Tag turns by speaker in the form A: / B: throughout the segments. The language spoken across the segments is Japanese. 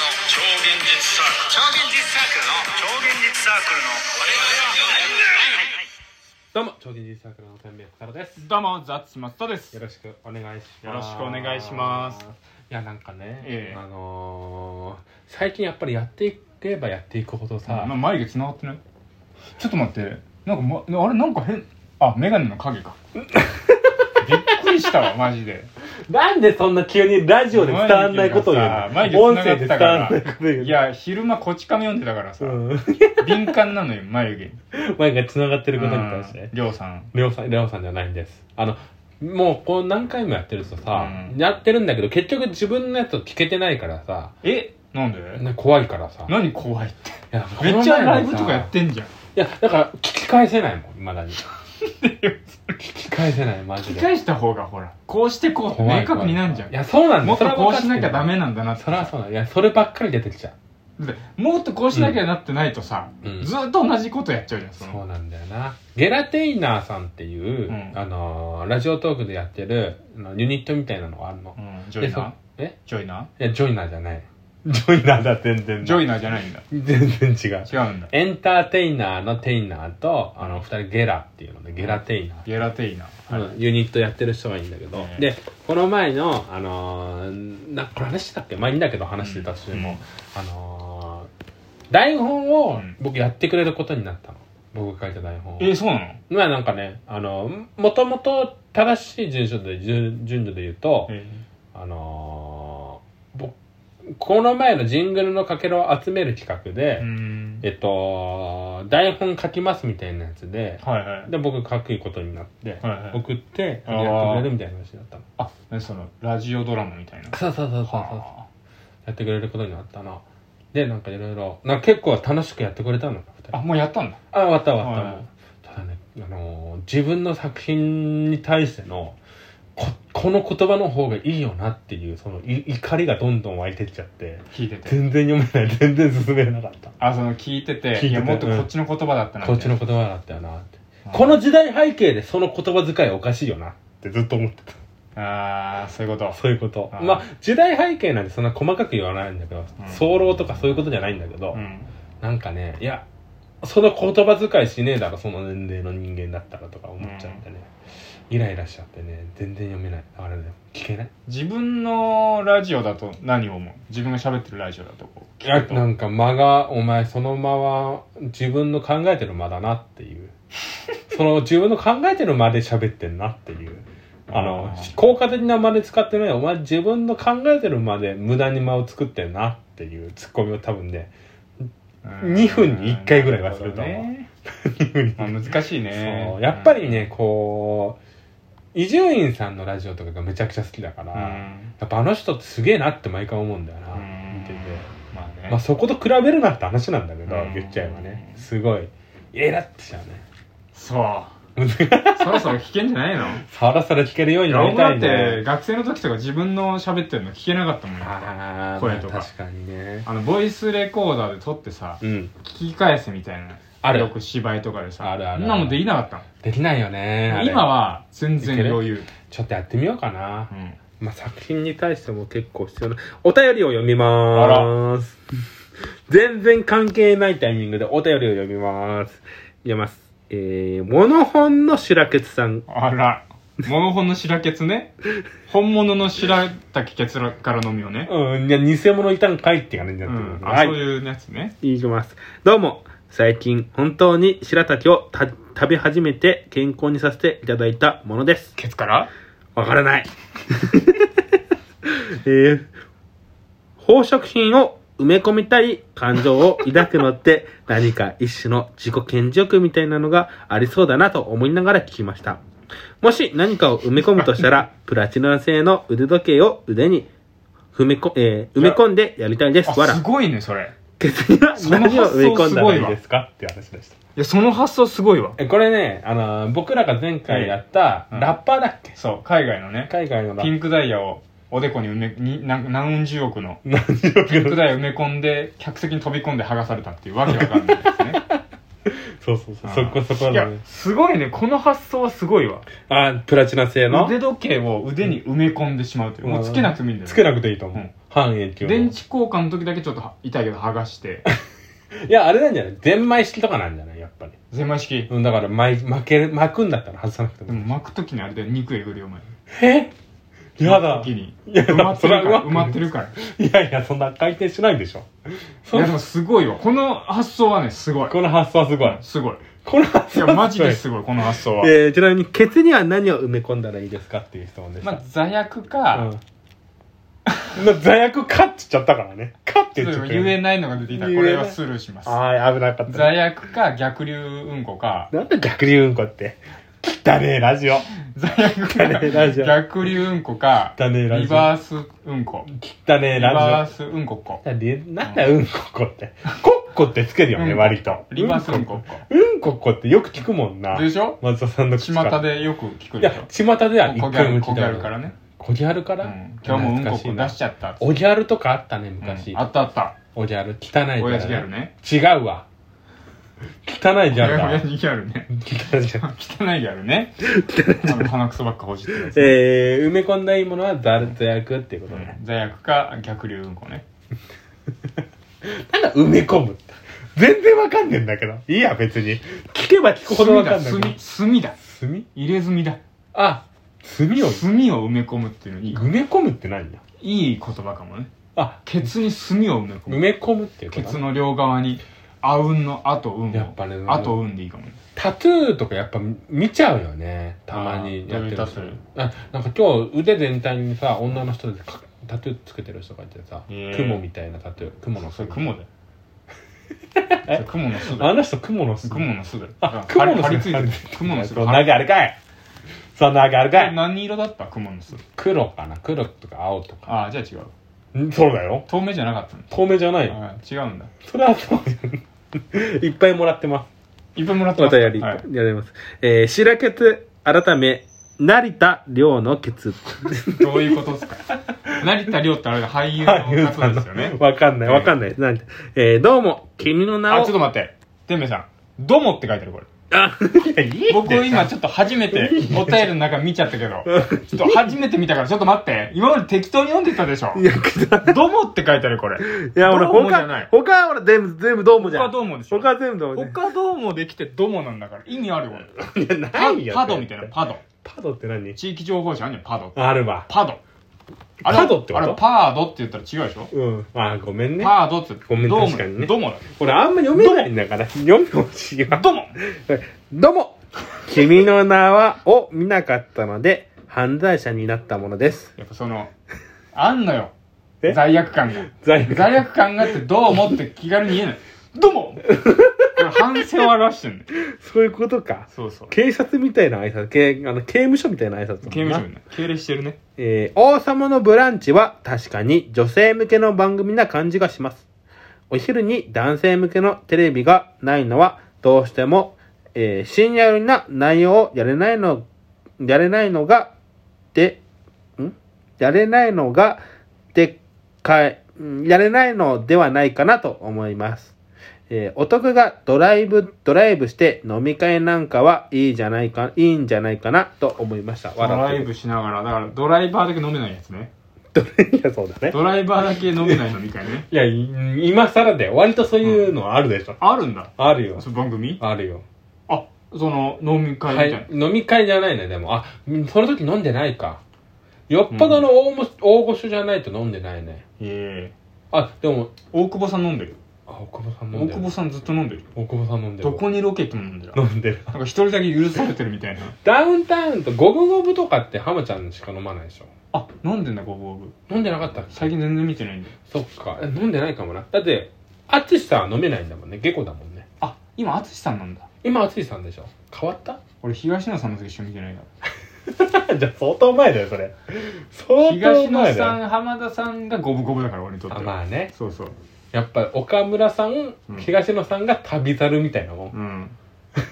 A: 現実サークル超現実サークルの超現実サークルの我々は
B: どうも超現実サークルの天命からです
C: どうも、ザッツマストです
B: よ。ろしくお願いします
C: よろしくお願いします
B: いやなんかね、
C: ええ
B: あのー、最近やっぱりやっていけばやっていくほど
C: な
B: さ、
C: 眉毛繋がってないちょっと待って、なんか、ま、あれ、なんか変。あ、メガネの影か。 びっくりしたわ、マジで。
B: なんでそんな急にラジオで伝わんないことを言うの
C: 眉毛
B: 音
C: がさ
B: 声で伝わんないことを言うの
C: いや、昼間こち亀読んでたから
B: う
C: さ、
B: ん、
C: 敏感なのよ、眉毛に。
B: 前が繋がってることに対して
C: うんりょうさん。
B: レオさんレオさんじゃないんですあのもうこう何回もやってるとさ、
C: うん
B: やってるんだけど結局自分のやつを聞けてないからさ
C: えなんで
B: な怖いからさ
C: 何怖いって。
B: いや
C: めっちゃライブと
B: この
C: か
B: 前も
C: や
B: さ
C: ってんじゃん。
B: いや、だから、聞き返せないもん、未 だに。聞き返せない、マジ
C: 聞き
B: で。
C: 返した方がほら、こうしてこうって明確になんじゃ
B: 怖い怖い
C: ん
B: い。や、そうなんだ
C: もっとこうしなきゃダメな
B: な
C: んだなって
B: それはそうなんだ。いや、そればっかり出てきちゃう。
C: だってもっとこうしなきゃなってないとさ、
B: うん
C: ずーっと同じことやっちゃうじゃんその
B: そうなんだよな。ゲラテイナーさんっていう、
C: うん
B: あのーラジオトークでやってる、あのユニットみたいなのがあるの
C: う。ん、ジョイナー
B: え
C: ジョイナ
B: いや、ジョイナーじゃない。ジョイナーだ、全然
C: ージョイ
B: ナ
C: ナーじゃないんだ
B: ー。全然違う。
C: 違うんだ
B: エンターテイナーのテイナーと、あの、二人ゲラっていうので、ゲラテイナー。
C: ゲラテイナー、
B: うんユニットやってる人がいいんだけど、
C: ね
B: でこの前のあのーなこれ話してたっけ前にだけど話してたし、
C: うん
B: もあのー台本
C: う
B: を
C: ん
B: 僕やってくれることになったの僕が書いた台本を
C: えー、そうなの
B: まあなんかねあのーもともと正しい順序で順順序で言うと、
C: え
B: あのー僕この前のジングルのかけらを集める企画
C: ー、
B: で、
C: うーん
B: えっと台本書きますみたいなやつで
C: はいはい
B: で僕書くことになって、
C: はいはい
B: 送って
C: あー
B: やってくれるみたいな話だったの
C: あ何そのラジオドラマみたいな
B: そうそうそうそうそう
C: は
B: やってくれることになったなでなんかいろいろなんか結構楽しくやってくれたの二
C: あ
B: 人
C: あもうやったんだ
B: あ終わった終わった、
C: はい
B: もうただね、あのー自分の作品に対してのここの言葉の方がいいよなっていうそのい怒りがどんどん湧いてっちゃって
C: 聞いてて
B: 全然読めない全然進めなかった
C: あその聞いてて
B: 聞いてて
C: やもっとこっちの言葉だったな
B: こっちの
C: み
B: 言葉だったよなって
C: たいな
B: この時代背景でその言葉遣いおかしいよなってずっと思ってた
C: ああそういうこと
B: そういうこと。
C: あー
B: まあ、時代背景なんてそんな細かく言わないんだけど
C: うん、
B: 早漏とかそういうことじゃないんだけど
C: う、ん
B: なんかね、いや、その言葉遣いしねえだろ、その年齢の人間だったらとか思っちゃってね。イライラしちゃってね、全然読めない。あれね、聞けない
C: 自分のラジオだと何を思う自分が喋ってるラジオだとこう
B: いや、
C: 聞くと
B: なんか間が、お前その間は自分の考えてる間だなっていう。 その自分の考えてる間で喋ってんなっていう。あの
C: あー、
B: 効果的な間で使ってない。お前自分の考えてる間で無駄に間を作ってんなっていうツッコミを多分ね、2分に1回ぐらいはすると思う
C: まあ難しいね
B: そうやっぱりね、こう、伊集院さんのラジオとかがめちゃくちゃ好きだから、
C: うん
B: やっぱあの人ってすげえなって毎回思うんだよな、
C: うん
B: 見てて。
C: まあね
B: まあそこと比べるなって話なんだけど、
C: うん
B: 言っちゃえばね。すごい、えらってしちゃうね。
C: そうそろそろ聞けんじゃないの
B: さらさら聞けるよう
C: い
B: に
C: や
B: なり
C: 僕
B: た
C: だ
B: い
C: っ
B: んだよ
C: て学生の時とか自分の喋ってるの聞けなかったもんあ
B: あー
C: 声とか
B: まあ確かにね。
C: のボイスレコーダーで撮ってさ
B: うん。
C: 聞き返すみたいな
B: ある
C: よく芝居とかでさ
B: あるあるある
C: そんなもんできなかった
B: できないよね。あ
C: の
B: れ
C: 今。は全
B: いけ
C: 然
B: る
C: 余裕
B: ちょっとやってみようかな
C: う。ん
B: まあ、作品に対しても結構必要な。お便りを読みまーす。全然関係ないタイミングでお便りを読みまーす。読みます。えー、モノホンの白ケツさん。
C: あらモノホンの白ケツ ね本物の白滝ケツから飲みをね
B: うん、いや、偽物いたんかいって感じにな
C: う
B: ってるよ
C: ん
B: ね、
C: あ
B: はい
C: そう。いうやつね
B: いきます。どうも、最近本当に白滝をた食べ始めて健康にさせていただいたものです。
C: ケツから
B: わからない。 えー、宝飾品を埋め込みたい感情を抱くのって何か一種の自己顕示欲みたいなのがありそうだなと思いながら聞きました。もし何かを埋め込むとしたら、プラチナ製の腕時計を腕に踏めこ、えー埋め込んでやりたいです。わ
C: あす
B: ら。
C: ごいねそれ
B: ケツには
C: その
B: 何を埋め込んだら
C: 発想すごい
B: いい
C: わ
B: ですかっていう話でした。
C: いやその発想すごいわ
B: え、これね、あのー僕らが前回やった、
C: うん
B: ラッパーだっけ、
C: そう海外のね
B: 海外のラ
C: ピ
B: ッ
C: ンクダイヤをおでこに埋めに何何十億の
B: パー。
C: ピンクダイヤ埋め込んで客席に飛び込んで剥がされたっていうわけわかんないですね
B: そうそうそう。
C: あ
B: そ
C: ー
B: こそこ
C: い
B: だ
C: や
B: ね。
C: すごいねこの発想はすごいわ
B: あ、プラチナ製の
C: 腕時計を腕に埋め込んでしまうっていうもうつけなくてもいいんだよ
B: つけなくていいと思う。
C: うん
B: 半円球の
C: 電池交換の時だけちょっとは痛いけど剥がして
B: いやあれなんじゃないゼンマイ式とかなんじゃないやっぱり
C: ゼンマイ式
B: うんだから巻い巻ける巻くんだったら外さなくて
C: で
B: も、
C: も巻く時にあれだよ肉えぐるよお前
B: えやだ
C: 巻く時に
B: や
C: 埋
B: だ
C: まってる
B: そ
C: か
B: れは
C: ら埋まってるから
B: いやいやそんな回転しないでしょ
C: い
B: そ
C: やでもすごいわこの発想はねすごい
B: この発想はすごい
C: すごい
B: この発
C: い
B: 想
C: や
B: は
C: マジですごいこの発想は、
B: えー、ちなみにケツには何を埋め込んだらいいですかっていう質問でした、
C: まあ罪悪
B: う
C: か、
B: んまあ罪悪かって言っちゃったからねかって
C: ちょ
B: 言
C: っ
B: っちゃ
C: と
B: った
C: 言えないのが出てきたらこれはスルーします
B: ああ危なかった
C: 罪悪か逆流うんこか
B: なんで逆流うんこって汚ねえラジオ
C: 罪悪
B: ねラジオ
C: か逆流うんこか
B: 汚ねえラジ
C: リ
B: オ
C: バースうんこ
B: 汚ねえ
C: リバ
B: ラ
C: ースうんこっこ
B: ジオなんでなんだうんこっこってこっこってつけるよね、
C: うん
B: 割と
C: リバースうんこっ
B: うんこっこってよく聞くもんな
C: こでしょ
B: 松田さんの口から
C: 巷でよく聞く
B: い
C: で
B: や
C: しょ
B: 巷では一
C: こぎ
B: 回
C: あ
B: も
C: る
B: 聞
C: こ
B: い
C: ぎ
B: た
C: あ
B: こ
C: る
B: と
C: か
B: ない
C: らね、
B: こぎあるから、
C: うん、今日もうんこっこ出しちゃった
B: おぎゃるとかあったね昔、
C: うんあったあった
B: おじゃる汚いから、ね、
C: 親父ギャルね
B: 違うわ汚いじゃん
C: 親
B: だ
C: 父ギャルね
B: 汚いじゃん
C: 汚いギャルねあの鼻くそばっかほじってるやつ、
B: えー、埋め込んだいいものはザルツ役っていうことね、
C: うん罪悪か逆流うんこね
B: なんだ埋め込むって全然わかんねえんだけどいいや別に聞けば聞くほどわかんない
C: 炭だ炭炭だ
B: 炭
C: 入れ墨だ
B: あ炭を
C: 炭を
B: 埋
C: 埋め込むっていうのいい
B: め込むって何だ
C: いい言葉かもね
B: あ
C: ケツに炭を埋め込
B: 埋
C: む
B: め込むっていうこ
C: ケ
B: と
C: ツ
B: だ
C: の両側にあうんのあとうんを
B: やっぱね
C: あとうんでいいかもね
B: タトゥーとかやっぱ見ちゃうよねたまに
C: や
B: や
C: っ
B: ってて
C: る
B: るあなんか今日腕全体にさ女の人でかタトゥーつけてる人がいてさ
C: へー
B: 雲みたいなタトゥー雲の
C: それ
B: 巣
C: 雲だ よそれ雲の巣だ
B: あ
C: よ
B: の人雲の巣
C: 雲の巣だよ
B: あ
C: 張り
B: 雲の巣
C: 張り付いてる 雲の巣
B: そんなわけあるかいそんなわけあるかい
C: 何色だった雲の巣
B: 黒かな黒とか青とか
C: ああじゃあ違うん
B: そうだよ
C: 透明じゃなかったんだ
B: 透明じゃないよ
C: あー違うんだ
B: それはそうだよいっぱいもらってます
C: いっぱいもらった
B: お便り、
C: はい
B: やります。えー、白ケツ、改め、成田亮のケツ。
C: どういうことですか成田凌ってあれ俳優の方ですよね
B: わかんない、わかんない。なんてえー、どうも、君の名
C: あ
B: を。
C: ちょっと待っててめさん「どうも」って書いてあるこ れ
B: あ、いや、いい
C: 僕今ちょっと初め てお便りの中見ちゃったけどちょっと初めて見たからちょっと待って今まで適当に読んでたでしょ
B: いや、くだ
C: 「どうも」って書いてあるこれ
B: いや、俺、
C: どうもじゃな
B: 他
C: い、
B: 他は俺、全部、全部どうもじ
C: 他
B: ゃ
C: は
B: ん。
C: どうもでしょ
B: 他は全部どうもね。
C: 他どうもできてどうもなんだから意味あるよこ
B: いや、
C: れパパドみたいな
B: な。
C: パド
B: パドって何
C: 地域情報誌あんじゃんパド
B: あるわ。
C: パド
B: パドってこと
C: あれパードって言ったら違うでしょ
B: うん。あ、ごめんね。
C: パードって言って
B: ごめん
C: どうも
B: 確かにね
C: どうもだ
B: 俺、あんま読めないんだから、読んでほしいわ。
C: どうも
B: どうも君の名はを見なかったので犯罪者になったものです。
C: やっぱそのあんのよ
B: え
C: 罪悪感が
B: 罪悪
C: 罪悪感があってどうもって気軽に言えないどうもこれ反省を表してんね
B: そういうことか。
C: そうそう
B: 警察みたいな挨拶、刑あの刑務所みたいな挨拶だ
C: 刑
B: な
C: 務所にね敬礼してるね
B: えー王様のブランチは確かに女性向けの番組な感じがします。お昼に男性向けのテレビがないのはどうしても、えー深夜寄りな内容をやれないの、やれないのが、で、んやれないのが、でかい、んやれないのではないかなと思います。えーお得がドライブ、ドライブして飲み会なんかはいいじゃないか、いいんじゃないかなと思いました。
C: ドラ
B: 笑
C: イ
B: って
C: ブしながらだからドライバーだけ飲めないやつね
B: いや、そうだね。
C: ドライバーだけ飲めない飲み会ね
B: いや、い今更だよ。割とそういうのあるでしょ。
C: あるんだ
B: あるよ。
C: その番組
B: あるよ。
C: あその飲み会み
B: は
C: たいな、
B: い。飲み会じゃないね、でも。あ、んその時飲んでないか。よっぽどの大,、大御所じゃないと飲んでないね。
C: え
B: あ、でも、
C: え大久保さん飲んでる
B: あ、大久保さん飲
C: 大
B: んで
C: 久
B: る
C: 保。さんずっと飲んでる
B: 大久保さん飲んでる。
C: どこにロケ行っても飲んでる
B: 飲んでる。
C: なんか一人だけ許されてるみたいな
B: ダウンタウンとゴブゴブとかってハマちゃんしか飲まないでしょ。
C: あ飲んでんだごぼうぶ
B: 飲んでなかったっけ
C: 最近全然見てないんだよ
B: そっか。え飲んでないかもな。だって、淳さんは飲めないんだもんね。下戸だもんね。
C: あ今淳さんなんだ
B: 今淳さんでしょ。変わった
C: 俺東野さんの時しか見てないか
B: じゃあ相当前だよ、それ。
C: ら
B: 相
C: 東野さん浜田さんが五分五分だから俺にとって
B: あ
C: は
B: まあね
C: そうそう
B: やっぱ岡村さん、
C: うん
B: 東野さんが旅猿みたいな もん
C: うん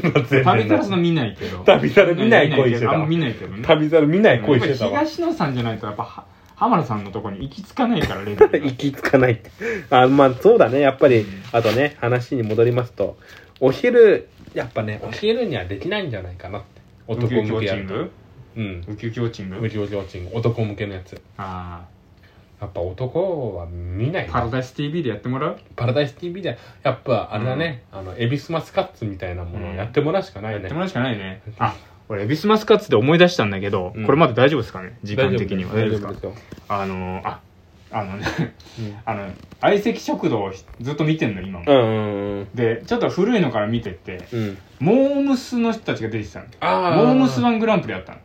B: 旅
C: 旅サラその見ないけど
B: 旅猿見ない恋してた
C: あんま見ないけどね
B: 旅猿見ない恋してた
C: やっぱ
B: わ
C: 東野さんじゃないとやっぱは浜田さんのとこに行き着かないからレベルが
B: 行き着かないあまあそうだねやっぱりあとね話に戻りますとお昼やっぱねお昼にはできないんじゃないかなって
C: ウ
B: 男
C: キウキウォ
B: 向
C: ッ
B: けや
C: チン
B: ると
C: グ
B: うん
C: ウキウキウォッチング
B: 無料ウォッチング男向けのやつ
C: ああ
A: やっぱ男は見ない
C: パラダイス TV でやってもらう
A: パラダイス TV でやっぱあれだね、あのエビスマスカッツみたいなものをやってもらうしかないよ
C: や
A: ね、
C: ってもらうしかないね
A: あ
B: 俺エビスマスカッツで思い出したんだけど、
A: うん
B: これまで大丈夫ですかね時
A: 大
B: 間
A: 丈夫
B: 的には
A: 大
B: 大
A: 丈夫
B: 丈夫
A: です
B: で
A: すよ
B: かあのー、あ
C: あのね
A: うん
C: あの相席食堂をずっと見てんの今も、
A: うんうん
C: でちょっと古いのから見てて
A: うん
C: モームスの人たちが出てきたの
A: あ
C: モームス
A: は
C: ワングランプリやったの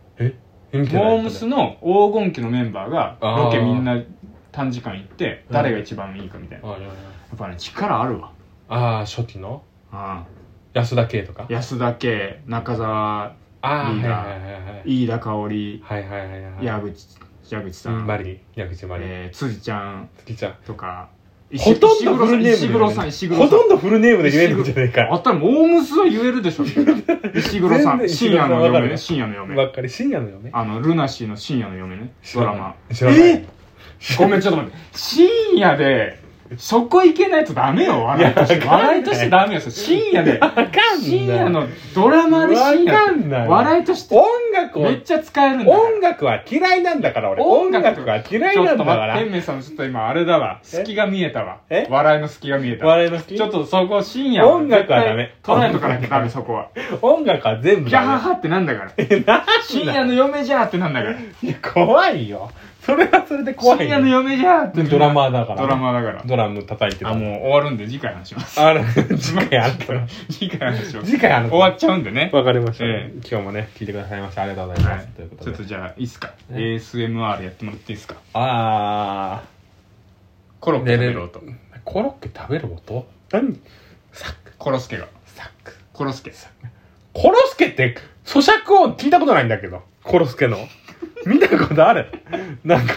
A: 見てない
C: モームスの黄金期のメンバーが
A: あー
C: ロケみんな短時間行って
A: うん
C: 誰が一番いいかみたいな、
A: あ
C: やっぱね力あるわ
A: あー初期の
C: あ
A: 安田圭とか
C: 安田家中澤
A: ああ
C: いいな
A: はいはいはいはい
C: 飯田香織
A: はいはいはいはい
C: 矢口矢口さ
A: うん
C: ん、
A: マリー矢口マリー
C: えー、辻ちゃん
A: 月ちゃん
C: とか
A: ほとんどフルネーム
C: 石黒さん石黒さ
A: ほ
C: ん
A: とんどフルネームで言えるんじゃない
C: あ
A: か
C: ったらモームスは言えるでし ょ石黒
A: 全
C: さん
A: 然
C: 深
A: 石黒さ
C: 夜の
A: んわか
C: 嫁
A: る
C: ね深夜の嫁
A: ばっかり深夜のよね
C: あのルナシーの深夜の嫁ねドラマ
A: 知らない
C: えごめんちょっと待って深夜でそこ行けないとダメよ笑いとし
A: い
C: て
A: やわかんない
C: 笑いとしてダメよそれ深夜で
A: かんない
C: 深夜のドラマで深
A: わか
C: 夜
A: んない
C: 笑いとして
A: 音楽を
C: めっちゃ使えるんだから
A: 音楽は嫌いなんだから俺音
C: 音楽
A: 楽が嫌いなんだか
C: ちょっと待って
A: ら
C: 天明さんのちょっと今あれだわ隙が見えたわ
A: え
C: 笑いの隙が見えたわ
A: 笑いの好き
C: ちょっとそこ深夜
A: 音楽はダメ
C: 取らないとかなきゃダメそこは
A: 音楽は全部
C: ギャハ
A: だ
C: ハってなんだから
A: ねなんだ
C: 深夜の嫁じゃーってなんだから
A: いや 怖いよそれはそれで怖い
C: 深夜の嫁じゃーって
A: ドラマーだから
C: ドラマーだから
A: ドラム叩いてた
C: あもう終わるんで次回話します
A: あら次回あったら
C: 次回話します
A: 次回あの
C: 終わっちゃうんでね
A: わかりました、
C: ええ
A: 今日もね聞いてくださいましてありがとうございます、
C: はい
A: ということ
C: ちょ
A: で
C: っとじゃあいいっすか ASMR やってもらっていいっすか
A: あ
C: コロッケ食べる
A: ろ
C: 音
A: あコロッケ食べる音何サック
C: コロスケが
A: サック
C: コロスケ
A: コロスケって咀嚼音聞いたことないんだけどコロスケの見たことあるなんか